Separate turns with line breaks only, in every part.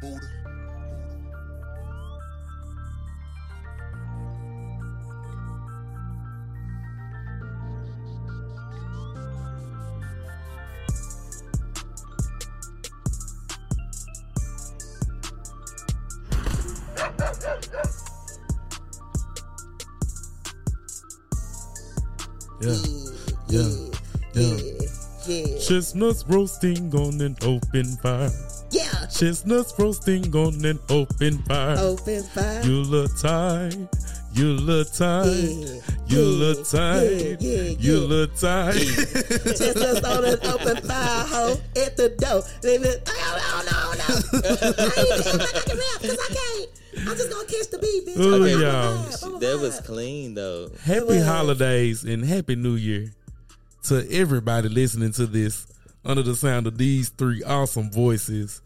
Buddha.
Yeah, yeah, yeah.
yeah,
Chestnuts roasting on an open fire.
yeah.
Chestnuts roasting on an open fire.
Open fire.
You look tight. You look tight. you look tight.
yeah, yeah,
You
yeah.
look tight.
Just us on an open fire hole at the door. They be like, oh, no, no, no. I ain't doing my fucking rap because I can't. I'm just going to catch the beat, bitch. Oh,
Ooh,
I'm a
y'all.
vibe. I'm a
That
vibe.
was clean though.
Happy
Well-
holidays and happy new year to everybody listening to this under the sound of these three awesome voices.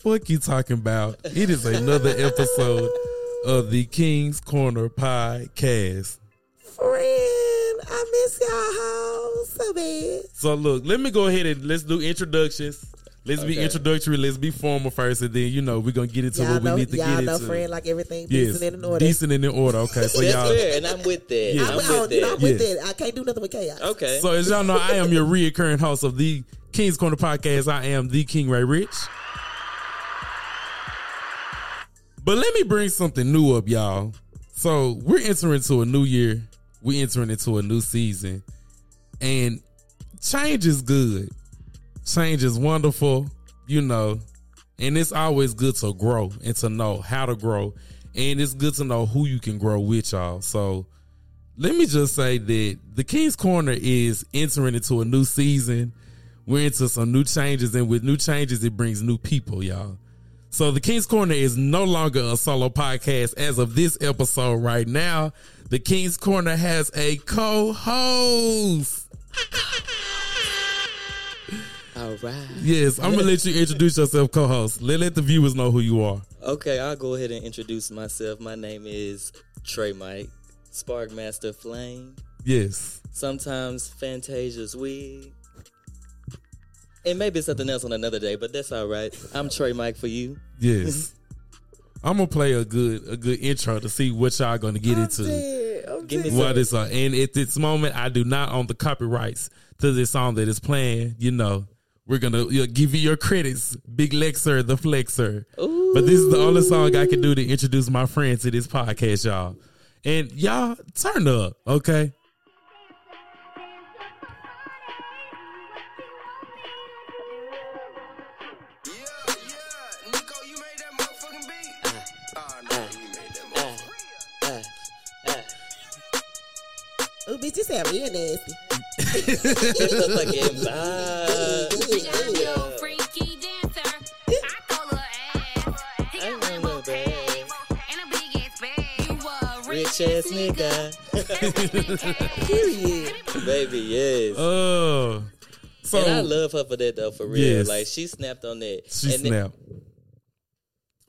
Fuck you talking about. It is another episode of the King's Corner Podcast.
Friend, I miss y'all hoes so bad.
So look, let me go ahead and let's do introductions. Let's be
Okay.
introductory. Let's be formal first, and then you know we're gonna get into
y'all
what we
know,
need to
y'all
get
know
into.
friend like everything
yes,
decent and in order.
decent and in order. Okay, so
That's
Oh, y'all.
fair, and I'm with that.
Yeah.
I'm,
I'm
with- oh,
with
you know, I'm
that.
with
Yes.
that. I can't do nothing with chaos.
Okay.
So as y'all know, I am your reoccurring host of the King's Corner podcast. I am the King Ray Rich. But let me bring something new up, y'all. So we're entering into a new year. We're entering into a new season, and change is good. Change is wonderful, you know. And it's always good to grow and to know how to grow. And it's good to know who you can grow with, y'all. So let me just say that the King's Corner is entering into a new season. We're into some new changes, and with new changes, it brings new people, y'all. So the King's Corner is no longer a solo podcast as of this episode right now. The King's Corner has a co-host.
All right.
Yes, I'm gonna let you introduce yourself, co-host. Let, let the viewers know who you are.
Okay, I'll go ahead and introduce myself. My name is Trey Mike, Spark Master Flame,
Yes.
sometimes Fantasia's Wig. And maybe something else on another day, but that's all right. I'm Trey Mike for you.
Yes. I'm gonna play a good a good intro to see what y'all gonna get
I'm
into.
dead. I'm
Give me
dead.
some-
what is uh and at this moment I do not own the copyrights to this song that is playing, you know. We're gonna you know, give you your credits, Big Lexer, the Flexer. But this is the only song I can do to introduce my friend to this podcast, y'all. And y'all turn up, okay?
Yeah, yeah. Nico, you made that motherfucking beat. Ah, no, you made that motherfucking
Ah,
Ooh, oh, bitch, you sound real nasty.
Fucking vibe.
I'm your freaky dancer. I call her ass. He
I
got
want
limo
a bag.
pants and a big ass bag. You a
Rich ass nigga.
Period.
Baby, yes.
Oh. So
and I love her for that though, for real.
Yes.
Like she snapped on that.
she
and
snapped.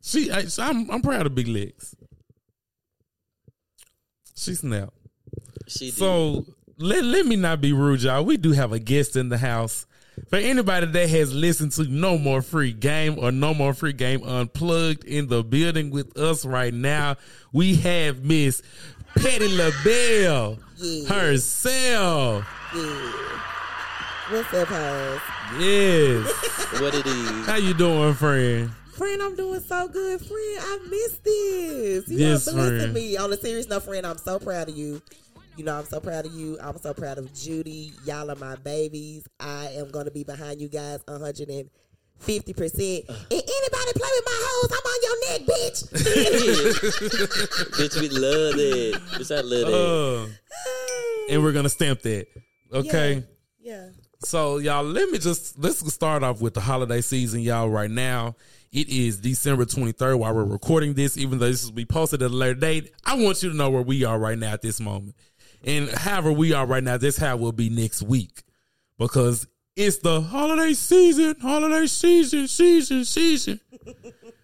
She I, I'm I'm proud of Big Lex. She snapped.
Then she did.
So let, let me not be rude, y'all. We do have a guest in the house. For anybody that has listened to No More Free Game or No More Free Game Unplugged in the building with us right now, we have Miss Patty LaBelle
Yeah.
herself.
Yeah. What's up, hoes?
Yes.
what it is.
How you doing, friend?
Friend, I'm doing so good. Friend, I miss this. You
Yes,
are blessing
friend.
me. On a serious note, friend, I'm so proud of you. You know, I'm so proud of you. I'm so proud of Judy. Y'all are my babies. I am going to be behind you guys 150%. And anybody play with
Uh.
my hoes, I'm on your neck, bitch.
Bitch, we love that. Bitch, I love that.
Uh, and we're gonna stamp that. Okay.
yeah.
So y'all, let me just let's start off with the holiday season, y'all. Right now, it is December twenty third. While we're recording this, even though this will be posted at a later date, I want you to know where we are right now at this moment, and however we are right now, this how we'll be next week, because it's the holiday season, holiday season, season, season.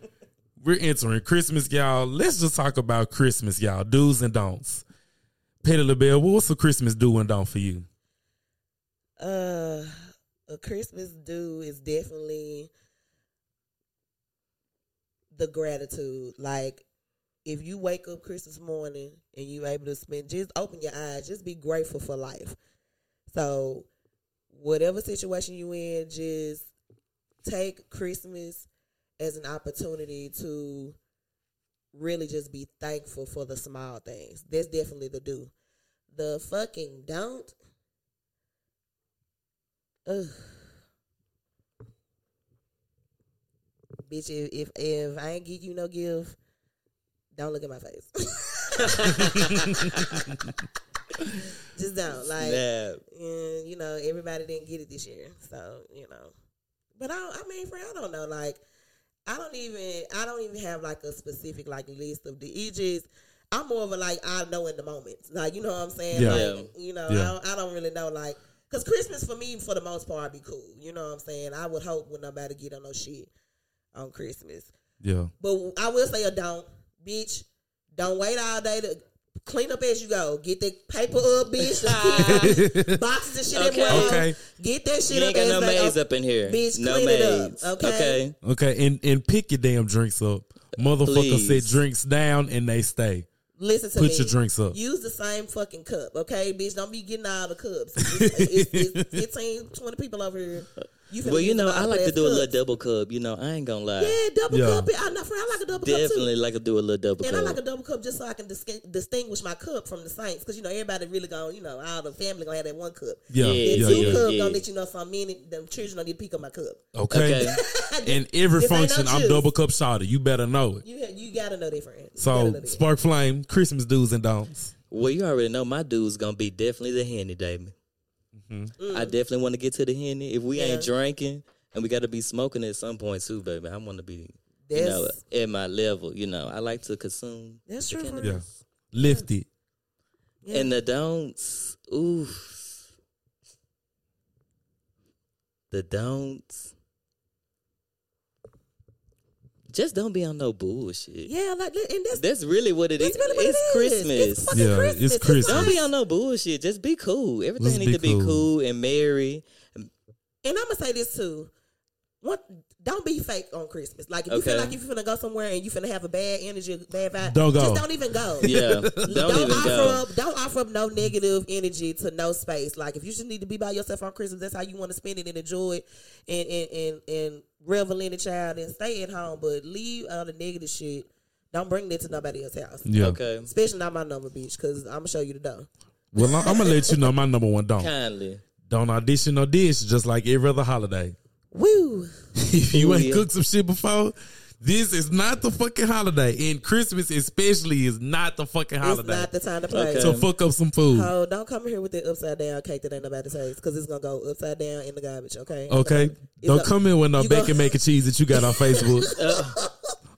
we're entering Christmas, y'all. Let's just talk about Christmas, y'all. Do's and don'ts. Petty LaBelle, what's the Christmas do and don't for you?
Uh, a Christmas do is definitely the gratitude. Like if you wake up Christmas morning and you able to spend, just open your eyes, just be grateful for life. So whatever situation you in, just take Christmas as an opportunity to really just be thankful for the small things. That's definitely the do. The fucking don't. Ugh. Bitch, if, if if I ain't give you no gift, don't look at my face. just don't like
Snap.
and you know everybody didn't get it this year, so you know. But I, I mean, for I don't know. Like, I don't even, I don't even have like a specific like list of the it just I'm more of a like I know in the moment, like you know what I'm saying.
Yeah.
Like,
Yeah.
You know,
Yeah.
I, don't, I don't really know like because Christmas for me, for the most part, be cool. You know what I'm saying. I would hope when nobody get on no shit on Christmas.
Yeah.
But I will say a don't, bitch. Don't wait all day to clean up as you go. Get that paper up, bitch. boxes and shit
Okay.
in one.
Okay.
Get that shit
You
up
ain't got
as
no
they-
maids up in here.
Bitch,
no
clean it up,
maids.
okay?
Okay.
Okay, and and pick your damn drinks up. Motherfucker
Please.
set drinks down and they stay.
Listen to
Put
me.
your drinks up.
Use the same fucking cup, okay, bitch? Don't be getting all the cups. It's, it's, it's 15, 20 people over here. You finna
Well, you
use
know,
all
I like to
glass
do a
cups.
little double cup. You know, I ain't gonna lie.
Yeah, double
Yeah.
cup. it. I know, friend. I like a double
Definitely
cup
like to do a little double
too. And I like a
cup.
double cup just so I can dis- distinguish my cup from the Saints, because you know everybody really gonna, you know, all the family gonna have that one cup.
Yeah,
Yeah,
yeah,
Two
yeah.
cup
yeah.
gonna let you know some minute. Them children don't need to pick up my cup.
Okay.
Okay.
And every
This ain't no
function, I'm
juice.
double cup shouter. You better know it.
You ha- you gotta know that, friend. You gotta
So
know that.
spark flame, Christmas do's and don'ts.
Well, you already know my dude's gonna be definitely the henny, David.
Mm-hmm.
I definitely want to get to the henny. If we ain't drinking, and we got to be smoking at some point too, baby. I want to be, you know,
That's-
at my level. You know, I like to consume.
that's true. friend.
Yeah. Lift it.
Yeah.
And the don'ts, oof. The don'ts. Just don't be on no bullshit.
Yeah, like li- and that's
That's really what it is.
that's really what
it's
it is.
Christmas.
It's fucking
Yeah, it's
Christmas.
Christmas.
don't be
like-
on no bullshit. Just be cool. Everything
Let's
need
be
to be
cool.
cool. and merry.
And I'm gonna say this too. What? Don't be fake on Christmas. Like if you
Okay.
feel like if you finna go somewhere and you finna have a bad energy, bad vibe,
Don't go.
Just don't even go.
Yeah. Don't,
Don't,
even
offer
go.
up. Don't offer up no negative energy to no space. Like if you just need to be by yourself on Christmas, that's how you want to spend it and enjoy it and and and, and revel in the child and stay at home. But leave all the negative shit. Don't bring that to nobody else's house.
Yeah.
Okay.
Especially not my number, bitch, because I'm gonna show you the door.
Well, I'm gonna let you know my number one don't.
Kindly.
Don't audition or dish, just like every other holiday.
Woo!
If you
Ooh,
ain't
yeah.
cooked some shit before, this is not the fucking holiday. And Christmas especially is not the fucking
It's
holiday.
not the time to play.
Okay.
so fuck up some food.
Oh, don't come here with that upside down cake that ain't nobody taste because it's gonna go upside down in the garbage. Okay.
Okay.
It's
Don't
a-
come in with no
you go-
bacon making cheese that you got on Facebook.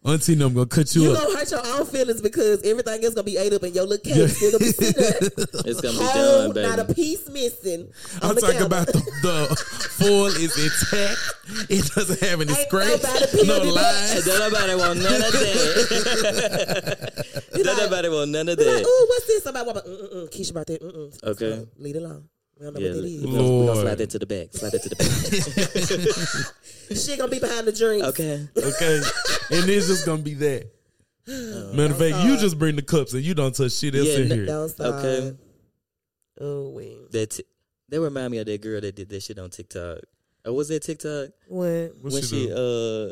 Auntie, no, I'm gonna cut you
You
up.
gonna hurt your own feelings because everything is gonna be ate up and your little cake still gonna be sitting there.
It's gonna be
Whole,
done,
Oh, not
baby.
a piece missing. On
I'm
the
talking
counter.
about the, the foil is intact. It doesn't have any
Ain't
scratch,
nobody peeled
no
it up.
lines.
Don't nobody want none of that.
You
Don't
like-
nobody want none of
you like,
that.
ooh, what's this? Somebody walk by, mm-mm, mm. Keisha about that. Mm-mm.
Okay.
So, leave it alone. We don't know
Yeah,
what that
we
is.
gonna- we gonna
Lord.
slide that to the back. Slide that to the back.
She gonna be behind the drinks.
Okay.
Okay, and it's just gonna be that. Matter of fact, you
sorry.
just bring the cups and you don't touch shit else
Uh, Yeah,
in
no-
here.
Don't stop.
Okay.
Oh wait.
That t- that remind me of that girl that did that shit on TikTok. Or was it TikTok?
What?
What
when
she
she
do?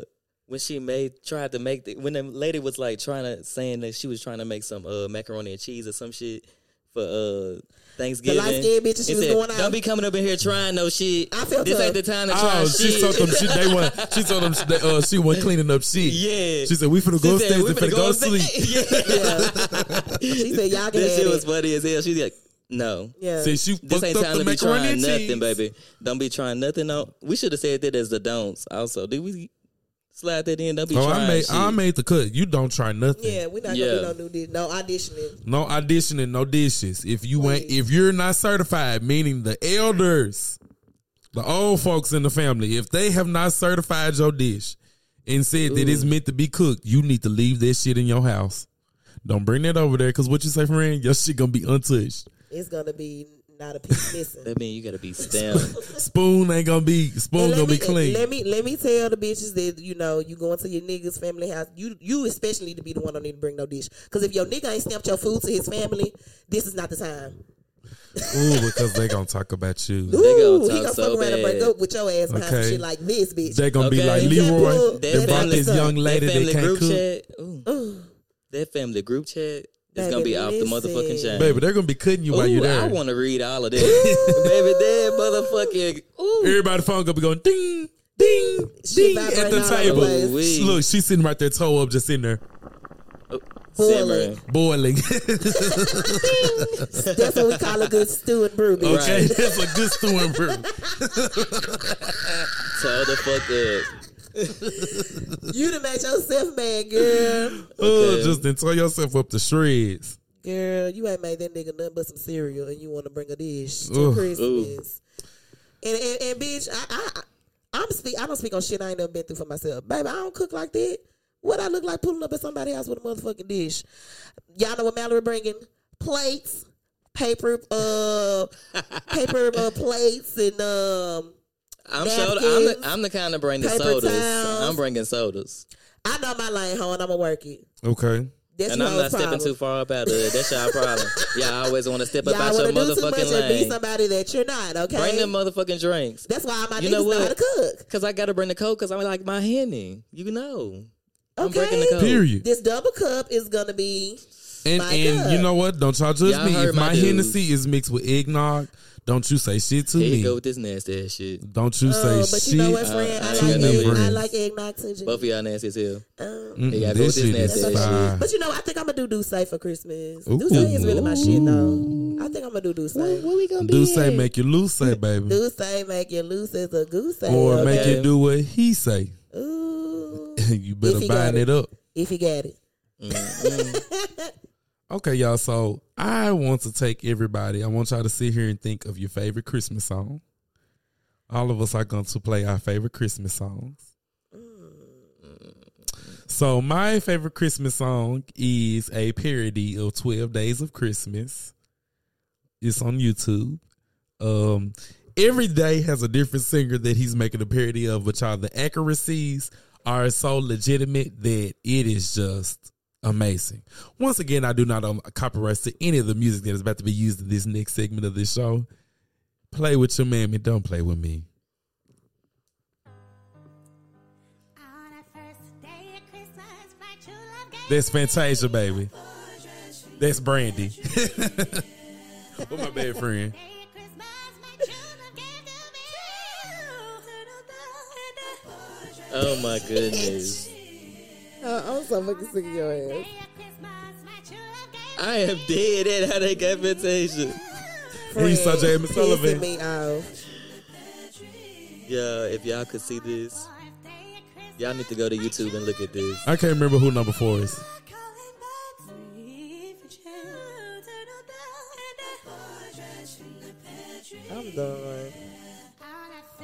uh when she made tried to make the, when the lady was like trying to saying that she was trying to make some uh macaroni and cheese or some shit for uh Thanksgiving.
light-skinned bitch that she
It
was
said,
going out.
Don't be coming up in here trying no shit.
I felt
this
her.
ain't the time to uh, try
Oh, she
shit.
told them she they were she told them they, uh, she wasn't cleaning up shit.
Yeah.
she said we finna go
She said,
upstairs
"We
and
finna
finna go, to
upstairs."
sleep.
yeah.
She said y'all can
That
have
shit
it.
was funny as hell. She's like, no.
yeah.
See, she
This
fucked
ain't
up
time
the
to be
macaroni
trying
and
nothing,
cheese.
baby. Don't be trying nothing. No, we should have said that as the don'ts. Also, did we slide that in? Don't be
Oh,
trying
I made
shit.
I made the cut. You don't try nothing.
yeah, we're not
Yeah.
gonna do no new dish, no auditioning.
No auditioning, no dishes. If you ain't,
Please.
if you're not certified, meaning the elders, the old folks in the family, if they have not certified your dish and said that it's meant to be cooked, you need to leave that shit in your house. Don't bring that over there, cause what you say, friend, your shit gonna be untouched.
It's gonna be not a piece missing.
That mean you gotta be stamped.
Spoon ain't gonna be
And
spoon gonna
let
be
me,
clean.
Let me let me tell the bitches that you know you going to your niggas family house. You you especially need to be the one don't need to bring no dish. Cause if your nigga ain't stamped your food to his family, this is not the time.
Ooh, because they gonna talk about you.
They gonna
Ooh,
talk
he gonna
so
fuck around and break
bad.
up with your ass behind some
Okay.
shit like this, bitch.
They gonna be
Okay.
like
You
can't
Leroy.
pull
They
that
brought
family
this
up.
young lady
that family
that can't
group
cook.
chat. Ooh, that family group chat is gonna
Baby,
be off the motherfucking
listen.
chain.
Baby, they're gonna be cutting you while
Ooh,
you're there.
I want to read all of that. Baby, that motherfucking. Ooh.
Everybody phone gonna be going ding, ding,
She
ding at
vibrating
the
all
table.
over the
place.
She- Look, she's sitting right there, toe up, just sitting there
Simmering.
Boiling.
boiling.
That's what we call a good stew and brew. bitch.
okay, that's a good stewing brew.
Tell the fuck up.
You done made yourself mad, girl.
Oh, just then tear yourself up to shreds.
Girl, you ain't made that nigga nothing but some cereal, and you want to bring a dish to
Ooh.
Christmas. And, and and bitch, I I I- I'm speak. I don't speak on shit I ain't never been through for myself, baby. I don't cook like that. What I look like pulling up at somebody's house with a motherfucking dish. Y'all know what Mallory bringing? Plates, paper, uh, paper uh, plates, and um.
I'm, soda, I'm, the,
Napkins,
I'm the kind of bringing
paper
sodas.
towels.
I'm bringing sodas.
I know my lane, hoe, and I'ma work it.
Okay.
That's
And
your
I'm
hoe's
not stepping
problem.
too far up out of it. That's y'all problem. Y'all always want to step up out
Y'all
your
want to do too much
motherfucking
and be
lane.
somebody that you're not. Okay,
Bring them motherfucking drinks.
That's why my
You
niggas
know
know,
what?
how to cook.
Cause I gotta bring the coke. Cause I'm like my henny. You know. I'm
Okay.
breaking the code.
Period.
This double cup is gonna be
And
My
and
God.
you know what? Don't y'all judge
Y'all
me.
heard
If
my
my
dudes.
Hennessy is mixed with eggnog, don't you say shit to
Here you
me.
go with this nasty ass shit.
Don't you
uh,
say
but
shit.
you know what, friend? I,
Uh, I
like
ain't got no
egg, I
friends.
like eggnog too. Jimmy.
Both of y'all nasty as hell.
Um,
Mm-mm,
Yeah, I go
this shit is
with this nasty
that's
ass
fire.
but you know, I think I'm gonna do Duce for Christmas.
Ooh.
Duce is really my shit though. I think I'm gonna do Duce.
we gonna
Do say make you lose say, baby,
Duce make you loose as a goose.
or
egg.
make
Okay.
you do what he say.
Ooh,
you better
he got
bind it.
it.
up.
if you got it.
Okay, y'all. So I want to take everybody. I want y'all to sit here and think of your favorite Christmas song. All of us are going to play our favorite Christmas songs. So my favorite Christmas song is a parody of Twelve Days of Christmas. It's on YouTube. Um, every day has a different singer that he's making a parody of, but y'all, the accuracies are so legitimate that it is just amazing. Once again, I do not own copyrights to any of the music that is about to be used in this next segment of this show. Play with your mammy, don't play with me.
On the first day of Christmas, my true love gave
That's Fantasia, baby. That's Brandy. with my bad friend.
Day of Christmas, my true love gave to me.
Oh my goodness.
Uh, I'm so fucking sick of your ass.
Day of Christmas, my true love gave
I am dead at how they got Fantasia.
We saw James
Pissing
Sullivan.
me off.
Yo, if y'all could see this,
forth. Day of Christmas,
y'all need to go to YouTube and look at this.
I can't remember who number four is.
calling back sweet Virginia. Turn on
I'm done.
down.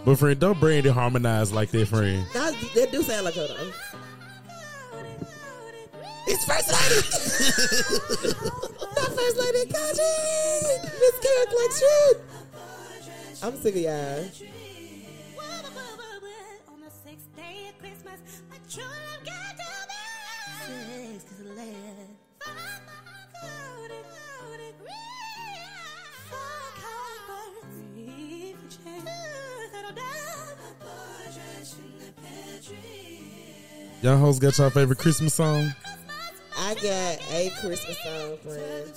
But friend, don't Brandy harmonize like that, friend.
That, that do sound like her though.
It's first lady.
Not first lady country. Miss Carrick like shit. I'm sick of y'all.
On the sixth day of Christmas, my true love got to me. Six, cause eleven. Five, counted, counted, Four covers. Three for change. Two, settle down.
Y'all hoes got y'all favorite Christmas song?
I got a Christmas song, friend.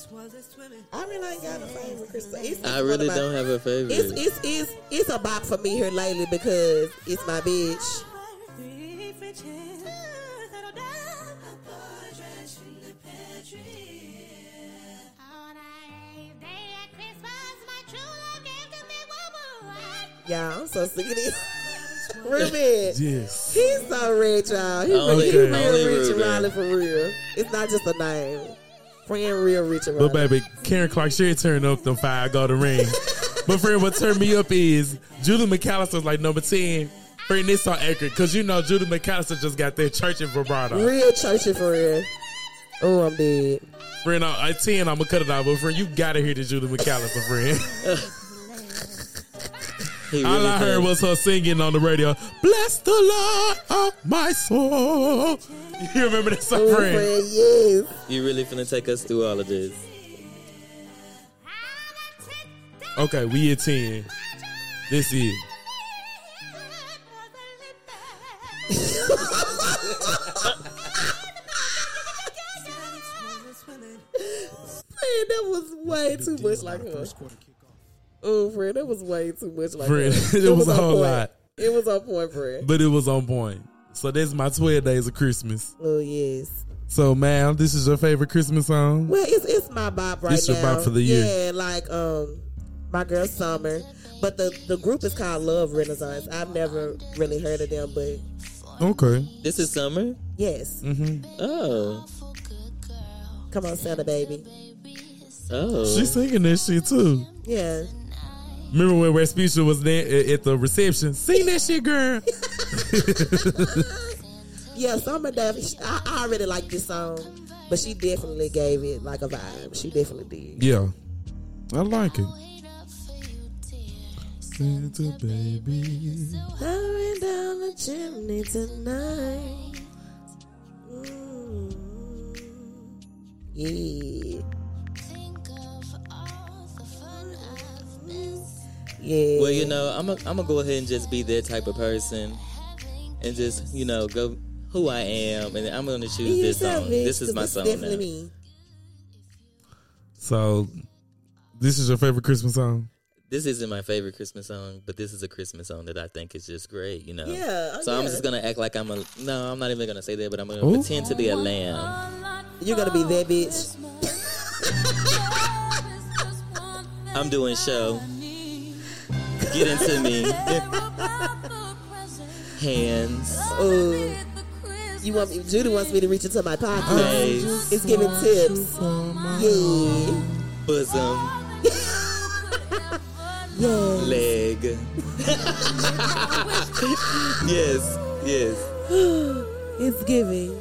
I really ain't got a favorite Christmas song. It's, it's
I
one
really
of my-
don't have a
It's,
favorite.
it's, it's, it's a bop for me here lately because it's my bitch.
Three for change. Two, settle down. On our eighth day of Christmas, my true love gave to me one more wife.
Y'all, I'm so sick of this. Ruben.
Yes.
He's so rich, y'all. He,
Only-
really, he
only
real rich and
Ruben.
Riley for real. It's not just a name. Friend real rich and
But
Riley.
baby, Karen Clark Sherry turned up the five golden ring. but friend, what turned me up is Julie McAllister's like number ten. Friend, this so accurate because you know Julie McAllister just got their church in vibrato.
Real churchy for real. Oh, I'm dead.
Friend, I, at 10, I'm going to cut it off. But, friend, you got to hear the Julie McAllister, friend.
He
All I heard
think-
was her singing on the radio, Bless the Lord of my soul. You remember that song,
Oh,
friend?
friend, yes.
You really finna take us through all of this.
Okay, we at 10. This is.
Friend, that was way too much like her. Oh, friend, that was way too much like
Friend,
her.
it was a
on
whole
point.
lot.
It was on point, friend.
But it was on point. So that's my 12 days of Christmas.
Oh, yes.
So, ma'am, this is your favorite Christmas song?
Well, it's it's my bop right
It's your
now.
bop for the year.
Yeah, like um, my girl Summer, but the the group is called Love Renaissance. I've never really heard of them, but
Okay.
This is summer.
yes,
Mm.
Oh,
come on, Santa baby.
oh.
She's singing that shit too.
Yeah,
Remember when Rasputia was there a- at the reception? Sing that shit, girl.
yeah, Summer. Def- I, I already like this song, but she definitely gave it like a vibe. She definitely did.
Yeah. I like it. Santa baby.
Going down the chimney tonight. Mm. Yeah. Yeah.
Well, you know, I'm gonna I'm go ahead and just be that type of person, and just you know go who I am, and I'm gonna choose
Be
this
yourself,
song.
bitch,
This is
'cause
my
it's
song
Definitely
now.
me.
So, this is your favorite Christmas song?
This isn't my favorite Christmas song, but this is a Christmas song that I think is just great. You know.
Yeah, oh,
so I'm
yeah.
just gonna act like I'm a no. I'm not even gonna say that, but I'm gonna
Who?
pretend to be a lamb.
You're gonna be that bitch.
I'm doing show. Get into me. Hands,
Ooh. You want me, Judy wants me to reach into my pocket.
face,
It's giving tips. Yeah.
bosom,
Yeah.
leg. yes, yes.
It's giving.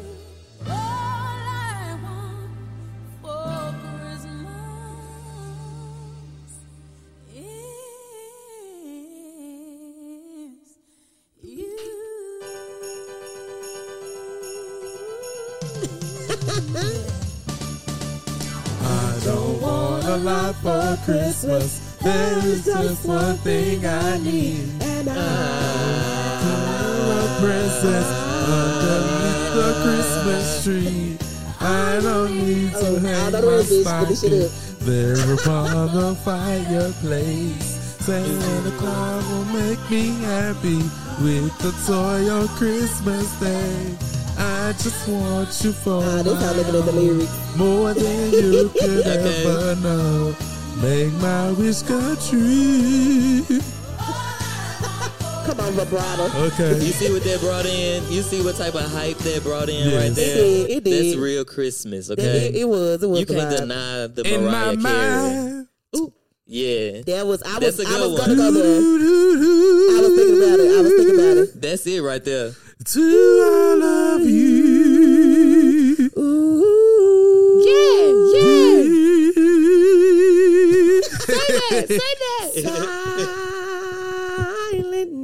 I don't want a lot for Christmas. There is just one thing I need.
And I
A princess underneath the Christmas tree. I don't need
Oh,
to
I
hang
don't
my
know, bitch, but this shit
stocking
is-
there upon the fireplace. Santa Claus will make me happy with the toy on Christmas Day. I just want you for
nah, Ah, this how I'm looking at the lyrics.
more than you could
Okay.
ever know. Make my wish come true.
Come on, vibrato.
You
Okay.
see what that brought in? You see what type of hype that brought in
Yes.
right
It
there?
did, it did.
That's real Christmas,
That-
okay?
It, it was. It was
you
the
can't
vibe.
deny the
In my
Mariah Carey.
mind.
Yeah.
That was. I
That's
was.
a
I
good
was gonna go
Do,
there.
do,
I was thinking about it. I was thinking about it.
That's it right there.
Do I love you?
Ooh. Silent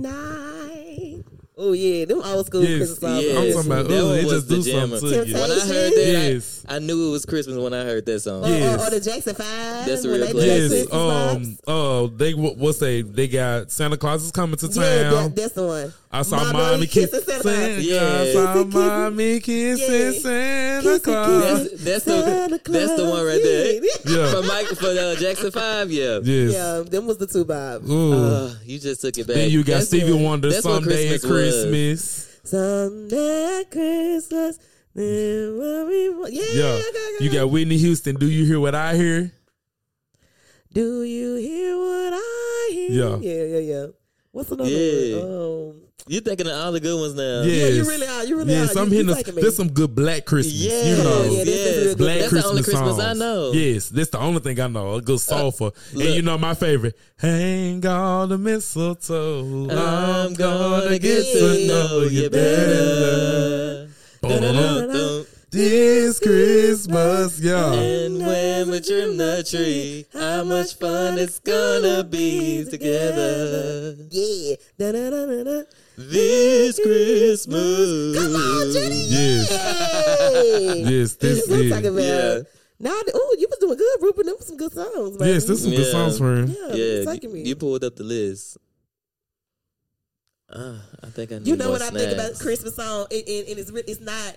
night. Oh yeah, them old school
Yes,
Christmas songs.
yes.
I'm talking about,
That
ooh,
one
it
was
just
the
do
jammer.
something to you.
When I
Temptation.
heard that, I-
Yes.
I, knew it was Christmas when I heard that song.
Or, or-
Yes.
or the Jackson Five.
That's a
when
real
they do
classic.
that
Yes,
Christmas
um,
vibes.
oh, they wh- what's they? They got Santa Claus is coming to town.
Yeah, that, that's the one.
I saw
My
mommy
Bloody Kiss
kissing
and
Santa.
Santa.
Claus.
Yeah.
I saw
Kissing, kissing.
mommy kissing
Yeah.
Santa
Kissing,
Claus.
That's, that's, the, that's the one right there. For
Yeah.
Mike, for uh, Jackson 5, yeah.
Yes.
Yeah, them was the two Bob.
Ooh.
Uh, you just took it back.
then you got
That's
Stevie
what-
Wonder
that's what
someday at
was.
Christmas.
Someday Christmas. then we'll be- Yeah,
Yeah. You got Whitney Houston. Do you hear what I hear?
Do you hear what I hear?
Yeah.
yeah, yeah, yeah. What's another
Yeah.
one? Um,
You're thinking of all the good ones now.
yeah, you
Yes.
really are. You really
Yes,
are.
I'm
you,
hitting.
you
us-
taking me.
There's some good Black Christmas.
Yes.
You know.
Yeah, this is
yes.
real good.
Black
That's
Christmas
the only Christmas
songs.
I know.
Yes, that's the only thing I know. A good soulful. and
look.
you know my favorite. Hang on the mistletoe.
I'm gonna get to know you better.
Dun, dun, dun,
Dun-dun-dun.
This Christmas, y'all.
And when we trim the tree, how much fun it's gonna be together
Yeah. Da-da-da-da-da.
this Christmas.
Come on, Jenny.
Mm. Yes,
Hey.
yes, this
I'm
is.
talking about.
Yeah.
Now, oh, you was doing good, Rupert. Them was some good songs. Baby.
Yes, this is some good
Yeah.
songs for him.
Yeah,
Yeah,
taking
you,
me.
you pulled up the list. Ah, I think I. Need
You know
more
what I think about
snacks.
Christmas song, and, and, and it's re- it's not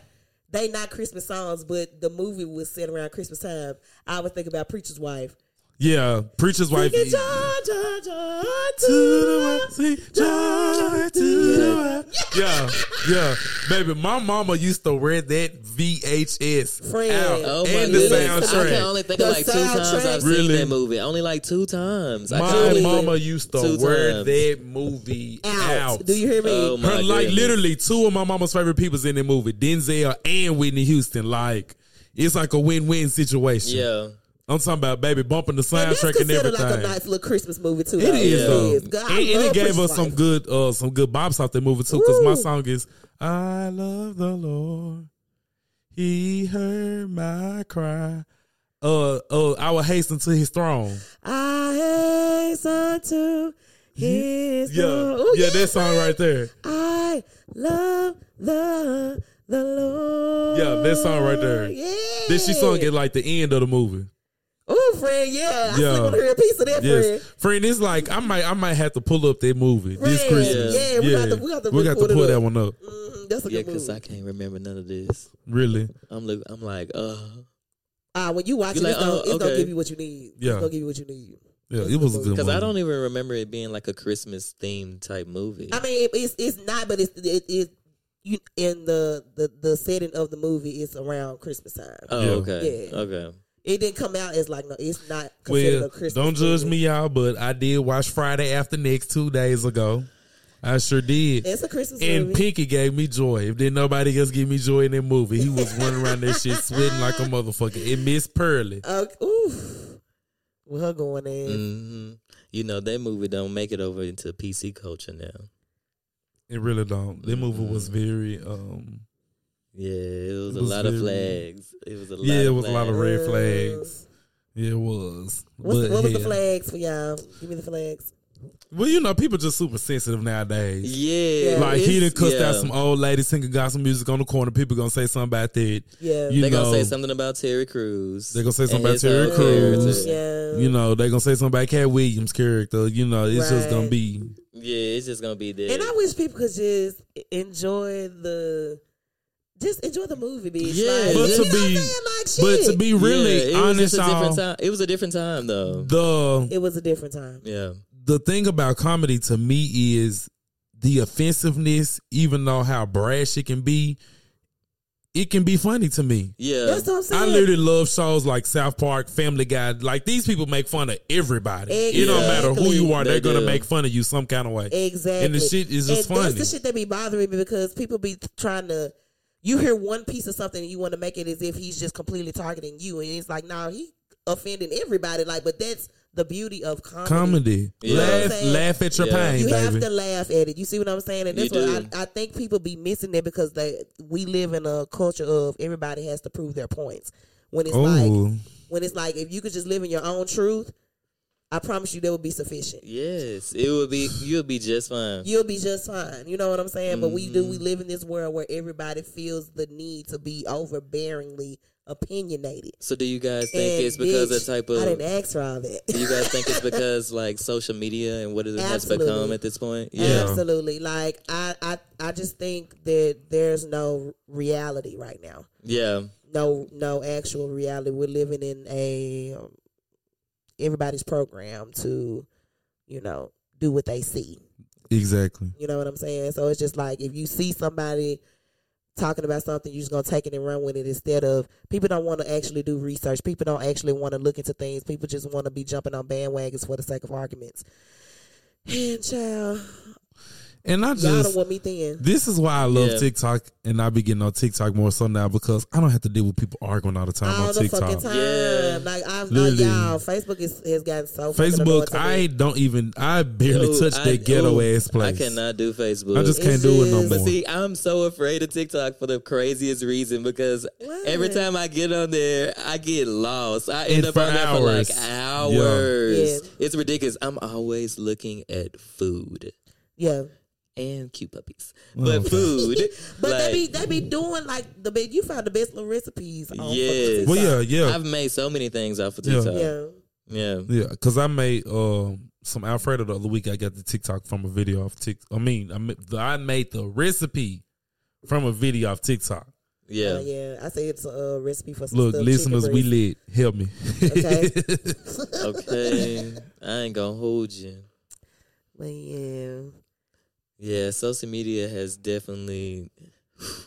they not Christmas songs, but the movie was set around Christmas time. I would think about Preacher's Wife.
Yeah, preacher's wife.
Sing it, joy, joy, joy
To
to-
the world, sing joy to the world. Yeah, yeah, baby. My mama used to wear that VHS
Friend.
out
Oh my
and the
goodness! I can
soundtrack.
only think
The
of like two times
soundtrack.
I've
Really?
seen that movie. Only like two times. I can
My
only-
mama used to
Two
wear
times.
that movie
out.
out.
Do you hear me?
Oh my
Her, like
goodness.
literally two of my mama's favorite people's in the movie, Denzel and Whitney Houston. Like it's like a win-win situation.
Yeah.
I'm talking about baby bumping
and
the
that's
soundtrack and
considered
everything.
like a nice little Christmas movie too.
It is though.
God, I
and, and
love
it gave
Preacher's
us some
Wife.
good uh some good bops out that movie too. Cause my
Woo.
song is I love the Lord. He heard my cry. Uh uh I will hasten to his throne.
I hasten to his
Yeah.
love. Ooh,
yeah, that song right there.
I love the the Lord.
Yeah, that song right there.
Yeah.
Then she sung it like the end of the movie.
Oh, friend, yeah. I
Yeah.
still want to hear a piece of that,
Yes,
friend.
friend. It's like I might, I might have to pull up that movie this
Friend,
Christmas.
yeah, we got to- we got to record it
pull
up.
that one up.
Mm, that's a
Yeah,
good
because
movie.
I can't remember none of this.
Really,
I'm look, I'm like, uh,
Ah, when you watch
You're
it,
like,
it's, gonna,
oh,
it's gonna
okay.
give you what you need.
Yeah.
It's gonna give you what you need.
yeah, it was a good
because
movie.
I don't even remember it being like a Christmas themed type movie.
I mean, it, it's it's not, but it's it, it you in the, the the setting of the movie is around Christmas time.
oh,
Yeah.
okay,
Yeah.
okay.
it didn't come out as like no, it's not considered
Well,
a Christmas.
don't judge
movie.
me, y'all, but I did watch Friday After Next two days ago. I sure did.
It's a Christmas
And
movie.
Pinky gave me joy. If did nobody else give me joy in that movie, he was running around that shit sweating like a motherfucker. It missed Pearly.
Okay, oof. With her going in.
hmm You know that movie don't make it over into PC culture now.
It really don't. That movie
Mm.
was very um
Yeah, it was,
It
a
was
lot of
very-
flags. It was a lot.
Yeah,
of
it was a lot of
flags.
Mm, red
Uh,
flags. Yeah, It was.
What's the,
But
what was the
hell.
flags for y'all? Give me the flags.
Well, you know, people just super sensitive nowadays.
Yeah,
Yeah.
Like he done
it's-
cussed
yeah.
out some old lady singing gospel music on the corner. People gonna say something about that.
Yeah.
You
They
know,
gonna say something about Terry Crews.
They gonna say something
and
about
his
Terry
whole
Crews.
heritage.
Yeah.
you know, they gonna say something about Cat Williams' character. You know, it's just
Right.
gonna be.
Yeah, it's just gonna be there.
And I wish people could just enjoy the just enjoy the movie, bitch.
Yeah,
like,
But
you
to
know what I'm
be-
saying? like
But
shit.
to be really
Yeah, it was
honest,
just a different
y'all,
time. It was a different time though.
the
it was a different time.
yeah,
the thing about comedy to me is the offensiveness, even though how brash it can be, it can be funny to me.
yeah.
That's what I'm saying.
I literally love shows like South Park, Family Guy. Like these people make fun of everybody. It don't matter who you are;
They
they're gonna
do.
make fun of you some kind of way.
exactly.
and the shit is just
And
funny.
That's the shit that be bothering me because people be trying to. You hear one piece of something and you want to make it as if he's just completely targeting you, and it's like, nah, he offending everybody. Like, but that's the beauty of comedy.
Comedy,
Yeah.
You know what
laugh,
I'm saying?
laugh at your
Yeah.
pain,
You
baby.
have to laugh at it. You see what I'm saying? And
You
that's what
do.
I, I think people be missing it because they we live in a culture of everybody has to prove their points. When it's like
Ooh.
when it's like if you could just live in your own truth, I promise you that would be sufficient.
Yes, it would be. You'll be just fine.
You'll be just fine. You know what I'm saying? But we do
Mm-hmm.
we live in this world where everybody feels the need to be overbearingly opinionated.
so, do you guys think
And,
it's because
bitch,
the type
I
of?
didn't ask for all
Do
that.
you guys think it's because like social media and what it has become
Absolutely.
at this point?
Absolutely. Like I, I I just think that there's no reality right now.
yeah.
no no actual reality. We're living in a um, everybody's program to, you know, do what they see.
Exactly.
You know what I'm saying? So it's just like if you see somebody talking about something, you're just gonna take it and run with it instead of people don't want to actually do research. People don't actually want to look into things. People just want to be jumping on bandwagons for the sake of arguments. And child,
And I
Y'all don't
just
want me thin.
this is why I love
Yeah.
TikTok, and I be getting on TikTok more so now because I don't have to deal with people arguing all the time
All
on
the fucking
TikTok.
time.
Yeah.
Like, I, like
Literally.
y'all, Facebook is, has gotten so fucking annoying
Facebook,
to me.
I don't even. I barely
Ooh,
touch
I-
that ghetto
ooh,
ass place.
I cannot do Facebook.
I just can't
It's
do it no
just-
more.
But see, I'm so afraid of TikTok for the craziest reason because
What?
every time I get on there, I get lost. I end
And
up
for
on there for
hours.
like
Yeah.
hours.
Yeah.
It's ridiculous. I'm always looking at food
yeah.
and cute puppies,
Well,
but food.
But
like,
they be they be doing like the big. You found the best little recipes. On
Yes.
fucking
well, yeah,
TikTok.
yeah,
I've made so many things off of
Yeah.
TikTok. Yeah,
yeah.
yeah. Because I made um some Alfredo the other week. I got the TikTok from a video off TikTok. I mean, I ma- I made the recipe from a video off TikTok.
yeah.
Uh, yeah. I say it's a recipe for some
Look,
stuffed
listeners,
chicken
we
breast.
lit. Help me.
Okay.
Okay, I ain't gonna hold you.
But yeah,
Yeah, social media has definitely.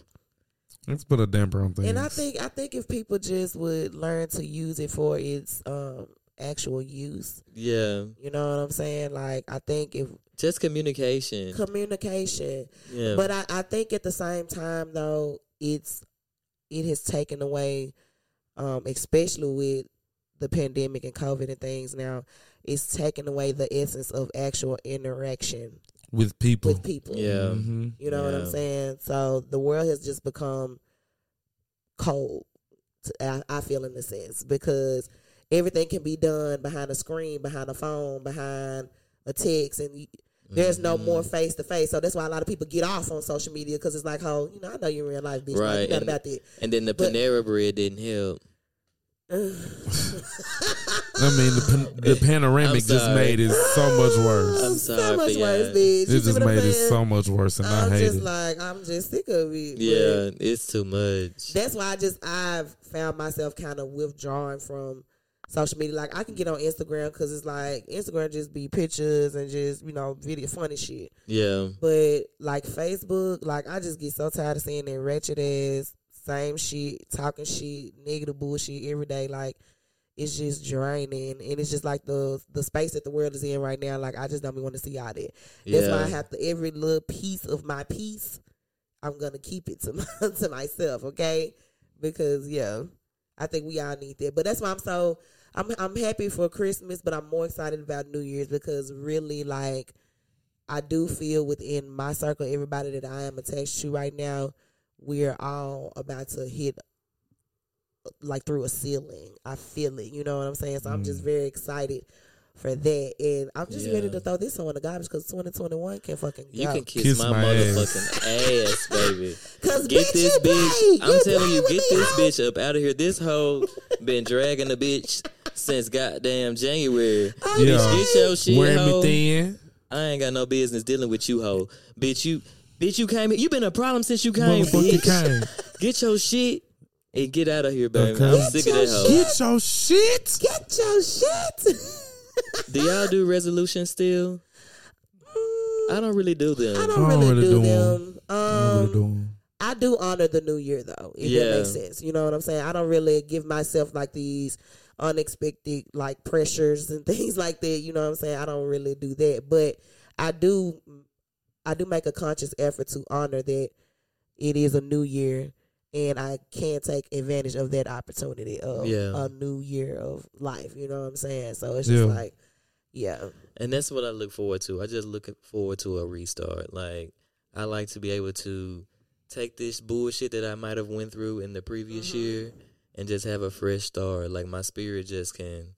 Let's put a damper on things.
and I think I think if people just would learn to use it for its um actual use,
Yeah,
you know what I'm saying? Like I think if
just communication.
communication,
Yeah,
But I, I think at the same time though, it's it has taken away, um, especially with the pandemic and COVID and things now, it's taken away the essence of actual interaction
with people.
with people.
yeah,
hmm
You know what I'm
Yeah.
saying? So the world has just become cold. t- I, I feel in a sense because everything can be done behind a screen, behind a phone, behind a text, and y- there's no more
Mm-hmm.
face to face. So that's why a lot of people get off on social media because it's like, oh, you know, I know you're in real life, bitch. Right.
Right,
you not
and-
about that.
and then the
but-
Panera bread didn't help.
I mean, the, pan- the panoramic just
sorry.
made it so much
Oh,
worse.
I'm sorry
so much
for
worse,
y'all.
bitch. You
It
see
just
what I'm
made it
saying?
so much worse, and i
I'm
hate
just
it.
like, I'm just sick of it. but-
Yeah, it's too much.
that's why I just I've found myself kind of withdrawing from social media. Like I can get on Instagram because it's like Instagram just be pictures and just you know video funny shit.
yeah,
But like Facebook, like I just get so tired of seeing that wretched ass same shit, talking shit, negative bullshit every day. Like it's just draining, and it's just like the the space that the world is in right now. Like I just don't want to see all that. That's why
Yeah.
I have to every little piece of my piece. I'm gonna keep it to my, to myself, okay? Because yeah, I think we all need that. But that's why I'm so I'm I'm happy for Christmas, but I'm more excited about New Year's because really like I do feel within my circle, everybody that I am attached to right now, we're all about to hit like through a ceiling. I feel it, you know what I'm saying? So I'm just very excited for that, and I'm just ready
Mm. Yeah.
to throw this on the garbage because 2021 can fucking
you
go.
can kiss,
Kiss
my,
my ass.
motherfucking ass, baby.
Cause
Get
bitch,
this
you
bitch.
Play.
I'm telling
play
you,
with
get
me,
this
hoe.
bitch up out of here. This hoe been dragging the bitch since goddamn January.
Oh,
Yeah.
yeah.
Get your shit,
Wearing me
hoe.
thin.
I ain't got no business dealing with you, hoe. Bitch, you, bitch, you came. here. You been a problem since you came.
Motherfucking
bitch.
cane.
Get your shit and get out of here, baby.
Okay.
I'm sick of that hoe.
Get your shit.
Get your shit.
Do y'all do resolutions still? I don't really do them.
I don't really, do them.
What we
Um,
doing?
I do honor the new year though, if
Yeah.
that makes sense. You know what I'm saying? I don't really give myself like these unexpected like pressures and things like that. You know what I'm saying? I don't really do that. But I do I do make a conscious effort to honor that it is a new year and I can take advantage of that opportunity of
Yeah.
a new year of life. You know what I'm saying? So it's just
Yeah.
like yeah.
And that's what I look forward to. I just look forward to a restart. Like I like to be able to take this bullshit that I might have went through in the previous year and just have a fresh start. Like my spirit just can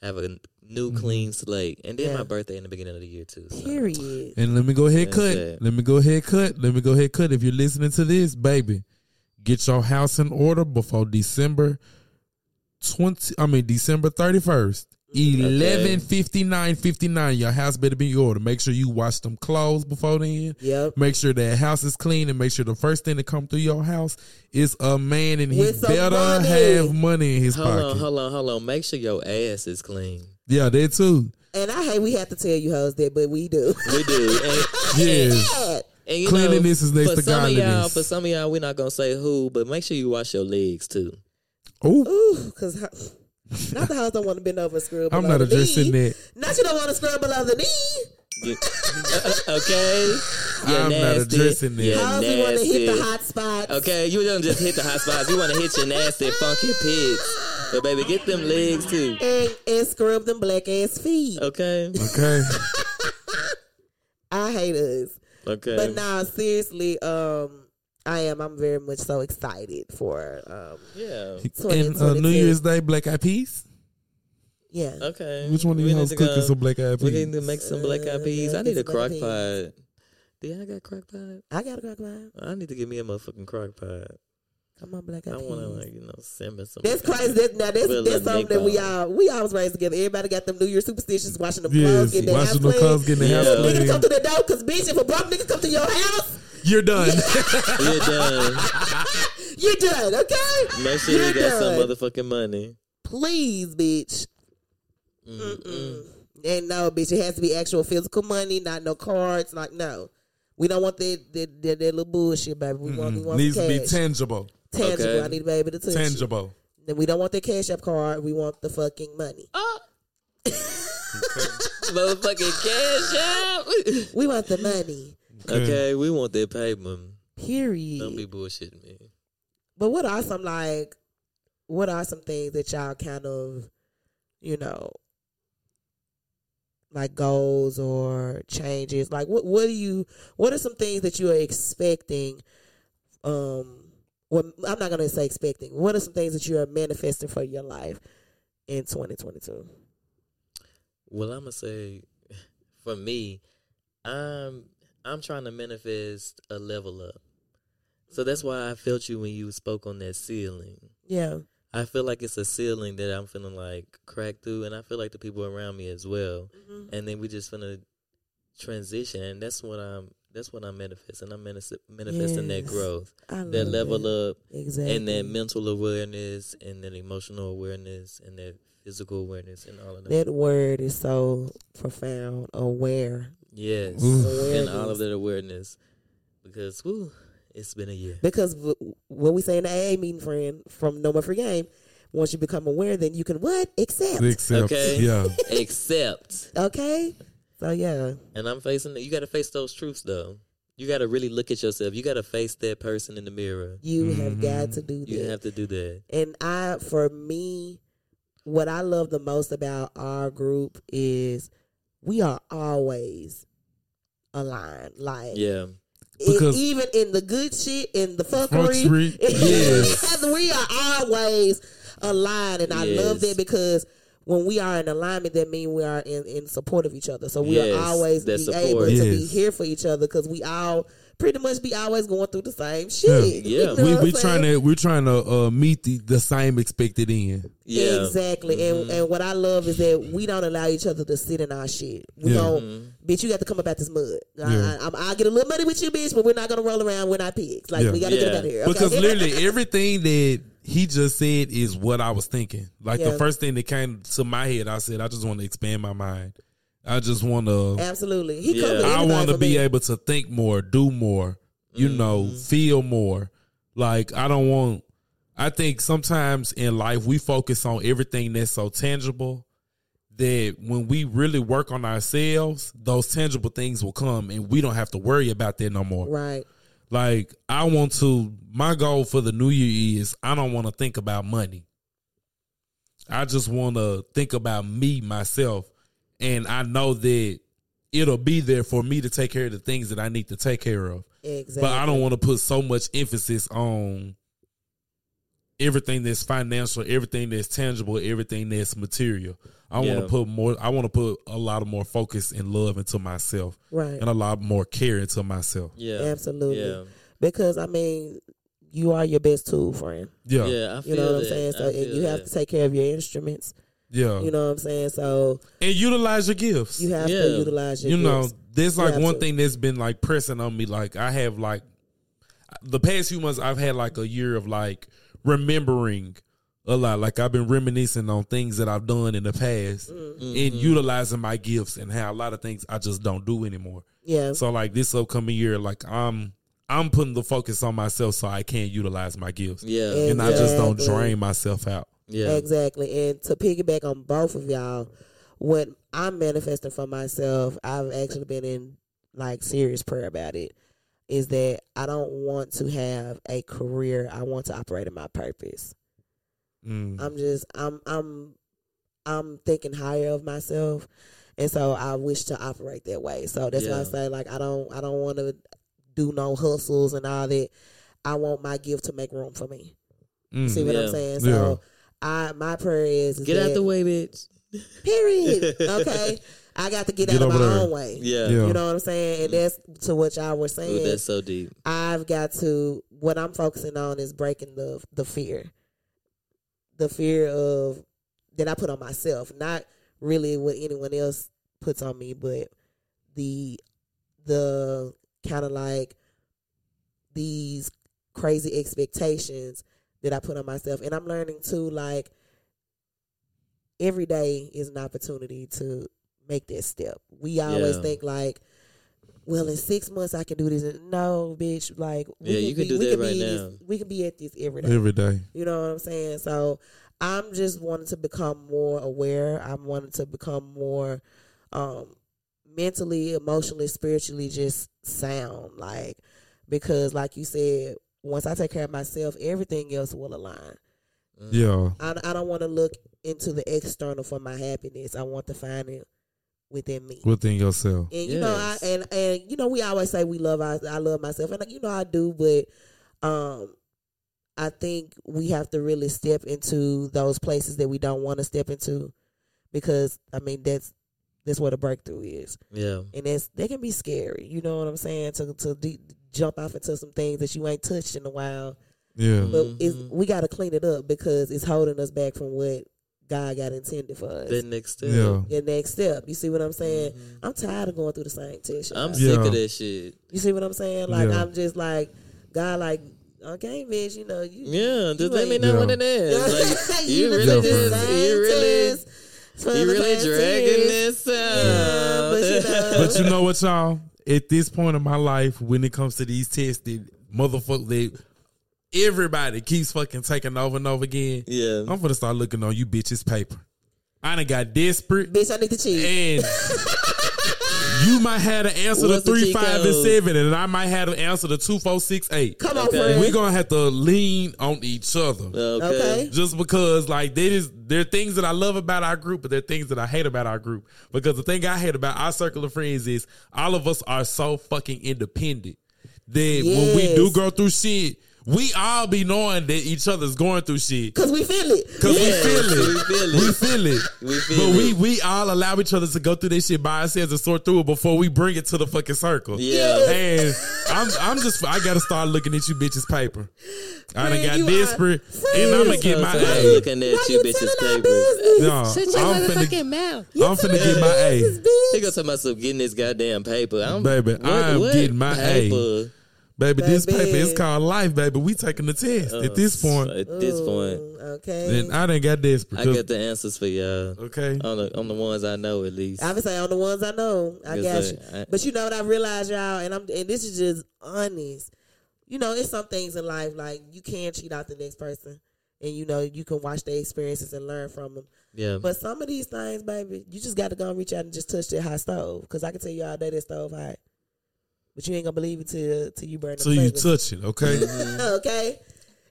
have a n- new clean slate. And then
Yeah.
my birthday in the beginning of the year too. So.
Period.
And let me go ahead
That's
cut.
it.
Let me go ahead cut. Let me go ahead cut. If you're listening to this, baby, get your house in order before December twenty. I mean December thirty first. Eleven fifty nine fifty nine. Your house better be in order. Make sure you wash them clothes before then.
Yep.
Make sure that house is clean and make sure the first thing that come through your house is a man and he
With some
better
money.
have money in his
Hold
pocket.
on, hold on, hold on. Make sure your ass is clean.
Yeah, that too.
And I hate we have to tell you hoes that, but we do.
We do. And,
Yes.
God.
and you
Cleanliness
know,
is next
for
to
some of y'all,
godliness.
for some of y'all, we're not gonna say who, but make sure you wash your legs too.
Oh,
Ooh, cause ho- not the house don't want to bend over and scrub.
I'm
below
not
the
addressing
knee.
that.
Not you don't want to scrub below the knee.
You- okay. You're
I'm not
nasty.
addressing this.
You're
How's he want to hit the
nasty.
hot spots?
Okay, you don't just hit the hot spots. You want to hit your nasty, funky pits. But baby, get them legs too.
And, and scrub them black ass feet.
Okay.
Okay.
I hate us.
Okay.
But nah, seriously, um, I am. I'm very much so excited for um,
yeah.
and uh,
2022.
New Year's Day, Black Eyed Peas.
yeah.
Okay.
Which one of
We
you
need
hoes
to
cooking
go-
some Black Eyed
We
Peas?
need to make some black eyed peas. I need a crock pot. Do y'all got crock pot?
I got a crack line.
I need to give me a motherfucking crock pot.
Come on, black.
I
eyed
want to
peas.
like you know simmer some.
That's
black eyed
crazy. That's, now that's,
With a
that's
little
something that we
nigga.
all we always raised together. Everybody got them New Year superstitions, washing them clothes,
Yes,
getting their house
watching the
clean.
clubs getting their
Yeah.
house
Niggas come
clean.
to the door, cause bitch, if a broke nigga come to your house,
You're done.
peas. You're done.
you're done. Okay,
Make sure you
You're
got some
done.
motherfucking money.
please, bitch. Mm-mm. And no, bitch, it has to be actual physical money, not no cards, like no. We don't want that that, that, that little bullshit, baby. We want we want
Needs to
the
be
cash.
tangible.
tangible.
Okay.
I need a baby to touch you.
Tangible.
Then we don't want the cash app card. We want the fucking money.
Motherfucking cash out.
We want the money.
okay, we want that payment.
Period.
Don't be bullshitting me.
But what are some like what are some things that y'all kind of, you know, like goals or changes? Like what what do you what are some things that you are expecting um well I'm not gonna say expecting. What are some things that you are manifesting for your life in twenty twenty two?
Well, I'm gonna say, for me, I'm I'm trying to manifest a level up. So that's why I felt you when you spoke on that ceiling.
Yeah.
I feel like it's a ceiling that I'm feeling like crack through, and I feel like the people around me as well.
Mm-hmm.
And then we just finna transition, and that's what I'm. That's what I'm manifesting. I'm manif- manifesting that
Yes.
growth,
I
that
love
level
it.
up,
Exactly.
and that mental awareness, and that emotional awareness, and that physical awareness, and all of that.
that word is so profound. Aware.
Yes, and all of that awareness, because woo, it's been a year.
Because w- what we say in the AA meeting, friend, from No More Free Game, once you become aware, then you can what? Accept.
Except,
Okay.
yeah.
Except,
Okay? So, yeah.
and I'm facing. You got to face those truths, though. You got to really look at yourself. You got to face that person in the mirror.
You have got to do
You
that.
have to do that.
and I, for me, what I love the most about our group is we are always aligned. Like,
Yeah,
e-
Because-
even in the good shit, in the
Fuckery,
fuckery,
yes.
we are always aligned, and I love
Yes.
that because when we are in alignment, that means we are in, in support of each other. So we
Yes,
are always be
that
able
support.
to be
Yes.
here for each other because we all pretty much be always going through the same shit.
Yeah.
know
We
what
we
I'm saying?
trying to we're trying to uh, meet the, the same expected end.
yeah. Mm-hmm.
Exactly, and and what I love is that we don't allow each other to sit in our shit. We
Yeah.
don't,
Mm-hmm.
bitch. You got to come up out this mud. I,
Yeah.
I, I, will get a little money with you, bitch, but we're not gonna roll around. We're not pigs. Like
Yeah.
we got to get
Yeah.
up out of here.
Because
okay?
literally everything that he just said is what I was thinking. Like the
Yeah.
first thing that came to my head, I said, I just want to expand my mind. I just want to.
Absolutely. He
Yeah.
comes
I want to
to
be able to think more, do more. You
Mm-hmm.
know, feel more. Like I don't want. I think sometimes in life we focus on everything that's so tangible that when we really work on ourselves, those tangible things will come, and we don't have to worry about that no more.
right.
Like I want to my goal for the new year is I don't want to think about money. I just want to think about me myself and I know that it'll be there for me to take care of the things that I need to take care of.
Exactly.
But I don't want to put so much emphasis on everything that's financial, everything that's tangible, everything that's material. I want
Yeah.
to put more I want to put a lot of more focus and love into myself
Right.
and a lot more care into myself.
Yeah.
Absolutely.
Yeah.
Because I mean, you are your best tool, friend.
Yeah. Yeah.
Yeah. I feel
You know what I'm
that.
saying? So
I
and
feel
you have
that.
to take care of your instruments. You know what I'm saying? So
and utilize your gifts.
you have
Yeah.
to utilize your
you know,
gifts.
there's like
have
one
to.
thing that's been like pressing on me. Like I have like the past few months, I've had like a year of like remembering a lot. Like I've been reminiscing on things that I've done in the past
Mm-hmm.
and utilizing my gifts and how a lot of things I just don't do anymore.
Yeah.
So like this upcoming year, like I'm I'm putting the focus on myself so I can utilize my gifts.
Yeah.
Yeah.
And I just don't
Exactly.
drain myself out.
Yeah.
Exactly. And to piggyback on both of y'all, what I'm manifesting for myself, I've actually been in like serious prayer about it. Is that I don't want to have a career. I want to operate in my purpose.
Mm.
Mm-hmm.
I'm just I'm I'm I'm thinking higher of myself, and so I wish to operate that way. So that's why I
Yeah.
say like I don't I don't want to do no hustles and all that. I want my gift to make room for me.
Mm.
See what I'm
Mm-hmm. Yeah.
saying?
Yeah.
So I my prayer is, is
Get out
that-
the way, bitch.
Period. Okay, I got to get,
Get
out of
over
my
there.
own way.
Yeah.
Yeah.
You know what I'm saying? And that's to what y'all were saying.
Ooh, that's so deep.
I've got to what I'm focusing on is breaking the the fear. The fear of that I put on myself, not really what anyone else puts on me, but the the kind of like these crazy expectations that I put on myself. And I'm learning too like every day is an opportunity to make that step. We always
Yeah.
think like well, in six months I can do this. No, bitch. Like,
Yeah, you can
be-
do that right
be
now.
This, we can be at this every day.
Every day.
You know what I'm saying? So, I'm just wanting to become more aware. I'm wanting to become more um, mentally, emotionally, spiritually, just sound. Like, because, like you said, once I take care of myself, everything else will align.
Yeah.
I, I don't want to look into the external for my happiness. I want to find it within me.
Within yourself.
And you know, I
Yes.
and and you know, we always say we love our, I love myself, and you know I do, but um, I think we have to really step into those places that we don't want to step into, because I mean that's that's where the breakthrough is,
Yeah.
and that's that can be scary. You know what I'm saying? To to de- jump off into some things that you ain't touched in a while,
Yeah.
but it's,
Mhm.
we got to clean it up because it's holding us back from what God got intended for us.
That next step.
Yeah.
the next step, you see what I'm saying?
Mhm.
I'm tired of going through the same test.
I'm
y'all.
sick
Yeah.
of that shit.
You see what I'm saying? Like
Yeah.
I'm just like God, like okay, bitch, you know you.
Yeah, just
You
let me
ain't-
know
Yeah.
what it is. Like, you
done
really
took the
just,
same
you really,
test for
you
the
really
past
dragging
10
this uh,
Yeah,
out.
but you know.
But you know what, y'all? At this point in my life, when it comes to these tested motherfuckers, that everybody keeps fucking taking over and over again.
Yeah.
I'm gonna start looking on you bitches' paper. I done got desperate
Bitch, I need to cheat.
and you might have to answer the
What's the
three,
cheat
five, and
code?
seven, and I might have to answer the two, four, six, eight.
Come on,
Okay.
friend.
We're gonna have to lean on each other.
Okay.
Okay.
Just because, like, that is there are things that I love about our group, but there are things that I hate about our group. Because the thing I hate about our circle of friends is all of us are so fucking independent that when we do
Yes.
go through shit, we all be knowing that each other's going through shit.
Cause we feel it.
Cause
Yeah,
we feel it.
We feel
We
it.
feel it.
We feel
But we
it.
we all allow each other to go through this shit by ourselves and sort through it before we bring it to the fucking circle.
Yeah.
And I'm I'm just I gotta start looking at you bitches paper. I done
Man, you
got
are
desperate and I'm gonna
serious.
get my
So tired of
A.
looking
Why
at you
you telling
bitches'
our
papers.
business?
No, I'm finna,
mouth.
I'm finna get my A.
They gonna talk about some getting this goddamn paper. I'm,
Baby,
what,
I am
what
getting my A.
paper?
Baby, this
Baby.
paper is called life, baby. We taking the test
Oh,
at this point.
At this point,
Ooh, okay.
And I done got desperate.
I got the answers for y'all.
okay.
On the Oh. on the ones I know at least.
I would say on the ones I know, I
Yes,
got
sir.
you.
I-
but you know what I realized, y'all, and I'm and this is just honest. You know, it's some things in life like you can cheat out the next person, and you know you can watch their experiences and learn from them.
yeah.
But some of these things, baby, you just got to go and reach out and just touch that hot stove. Because I can tell you all day that stove hot, but you ain't gonna believe it till till you burn. the
So you
fragrance.
touch it, okay?
okay.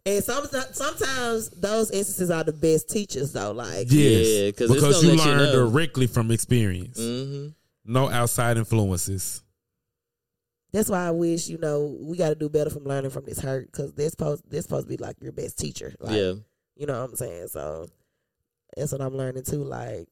And some, sometimes those instances are the best teachers, though. Like,
Yes.
Yeah, 'cause it's
because
gonna
you
let you
learn
know.
directly from experience.
mm-hmm.
No outside influences.
That's why I wish you know we got to do better from learning from this hurt because this supposed this supposed to be like your best teacher. Like,
yeah.
you know what I'm saying. So that's what I'm learning too. Like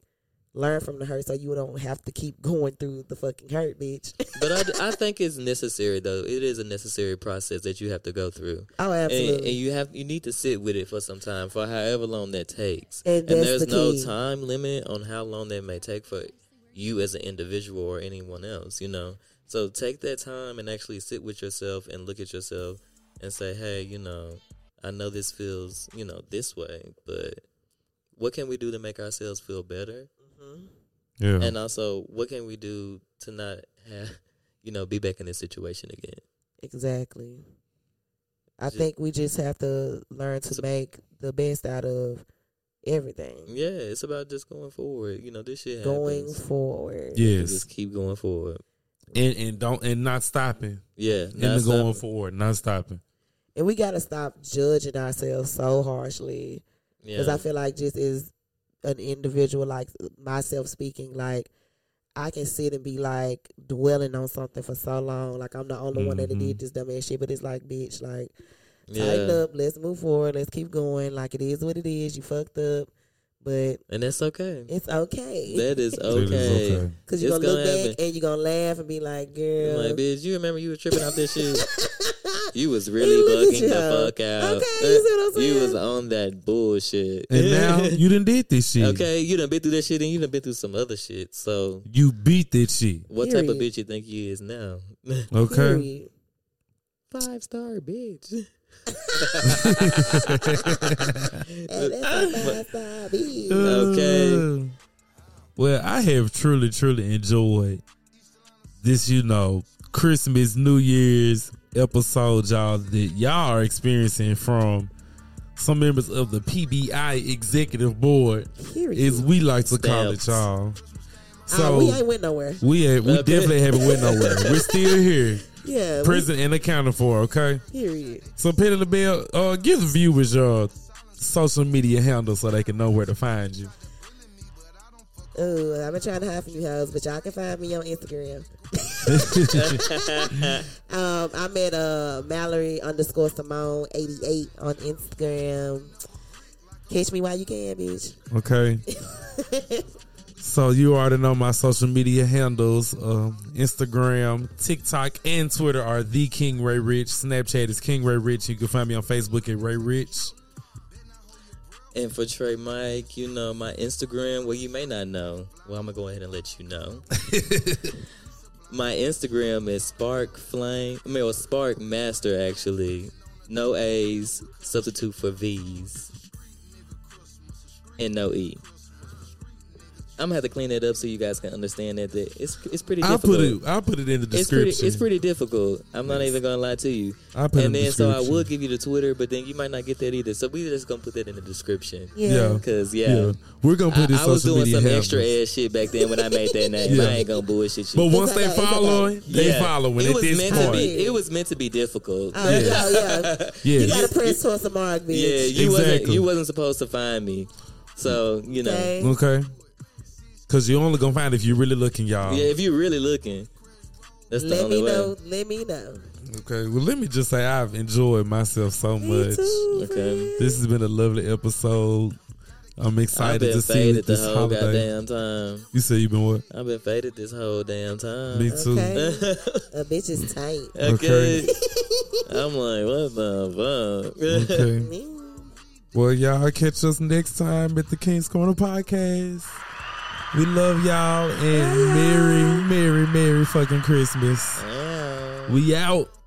learn from the hurt so you don't have to keep going through the fucking hurt, bitch.
But I, I think it's necessary though. It is a necessary process that you have to go through.
oh,
And, and
absolutely.
you have you need to sit with it for some time for however long that takes.
And that's
there's
the
no
key.
time limit on how long that may take for you as an individual or anyone else, you know. So take that time and actually sit with yourself and look at yourself and say, "Hey, you know, I know this feels, you know, this way, but what can we do to make ourselves feel better?
Mm-hmm.
Yeah.
And also, what can we do to not have, you know, be back in this situation again?"
exactly. I
Ju-
think we just have to learn to
So-
make the best out of everything.
Yeah, it's about just going forward. You know, this shit
Going
happens.
forward.
You
Yes,
Just keep going forward.
and and don't and not stopping
Yeah,
and the
nonstop.
going forward, not stopping.
And we gotta stop judging ourselves so harshly.
Yeah,
because I feel like just as an individual, like myself speaking, like I can sit and be like dwelling on something for so long. Like I'm the only one that
Mhm.
did this dumb ass shit, but it's like, bitch, like tighten
Mm-hmm. yeah,
up, let's move forward, let's keep going. Like it is what it is. You fucked up, but
and that's okay.
it's okay.
That is
It is
okay.
Cause you're gonna
it's
look
gonna
back
happen.
and you're gonna laugh and be like, girl.
I'm like, bitch, you remember you were tripping out this shit? You was really
You look at
bugging the
you.
fuck out.
Okay, you see what I'm
You
saying?
was on that bullshit.
And now you done did this shit.
okay, you done been through that shit and you done been through some other shit. So
you beat that shit.
what type of
Period.
bitch you think you is now?
Okay,
Period.
Five star bitch.
And that's a five-star bitch.
Okay.
Uh, Well, I have truly, truly enjoyed this, you know, Christmas, New Year's episode, y'all, that y'all are experiencing from some members of the PBI executive board,
Period.
as we like to call it,
Stamps.
y'all.
Ah,
So
we ain't went nowhere.
we had, we
Okay.
definitely haven't went nowhere. We're still here,
Yeah. we-
present and accounted for. Okay,
period.
so Penny the Bell, uh, give the viewers your social media handle so they can know where to find you.
Ooh, Uh, I've been trying to hide from you hoes, but y'all can find me on Instagram. um, I'm at uh, Mallory underscore Simone 88 on Instagram. Catch me while you can, bitch.
Okay. so you already know my social media handles: um, Instagram, TikTok, and Twitter are the King Ray Rich. Snapchat is King Ray Rich. You can find me on Facebook at Ray Rich.
And for Trey Mike, you know my Instagram. Well, you may not know. Well, I'm gonna go ahead and let you know. my Instagram is Spark Flame. I mean, well, Spark Master actually. No A's, substitute for V's, and no E. I'm gonna have to clean it up so you guys can understand that. that it's it's pretty.
I'll
Difficult.
put it. I'll put it in the
It's pretty,
description.
it's pretty difficult. I'm not even gonna lie to you.
I put it in
and
the
then so I
description.
will give you the Twitter, but then you might not get that either. So we just gonna put that in the description.
Yeah.
Cause yeah,
yeah. we're gonna put
I,
his
I
social
was doing
media
some
handles.
extra ass shit back then when I made that name.
Yeah.
I ain't gonna bullshit you.
But once they
okay, it's
follow,
okay.
it, they
Yeah.
follow it,
It
at
was
this
meant to
point.
be. It was meant to be difficult.
Oh, yeah, yeah. You
Yes.
gotta press towards the mark, bitch.
yeah, you wasn't
Exactly.
you wasn't supposed to find me. So you know,
Okay.
Okay. Cause you're only gonna find it if you're really looking, y'all.
yeah, if you're really looking, that's the
Let
only
me
way.
know. Let me know.
Okay. Well, let me just say I've enjoyed myself so
Me
much.
too.
Okay.
This has been a lovely episode. I'm
I've
excited
been
to see
faded
it
the
this
whole
holiday.
goddamn time.
You say you've been what?
I've been faded this whole damn time.
Me too.
Okay. A bitch
Mm.
is tight.
okay. I'm like, what the fuck?
Okay.
Mm.
Well, y'all catch us next time at the King's Corner podcast. We love y'all and merry, merry, merry fucking Christmas.
Yeah.
We out.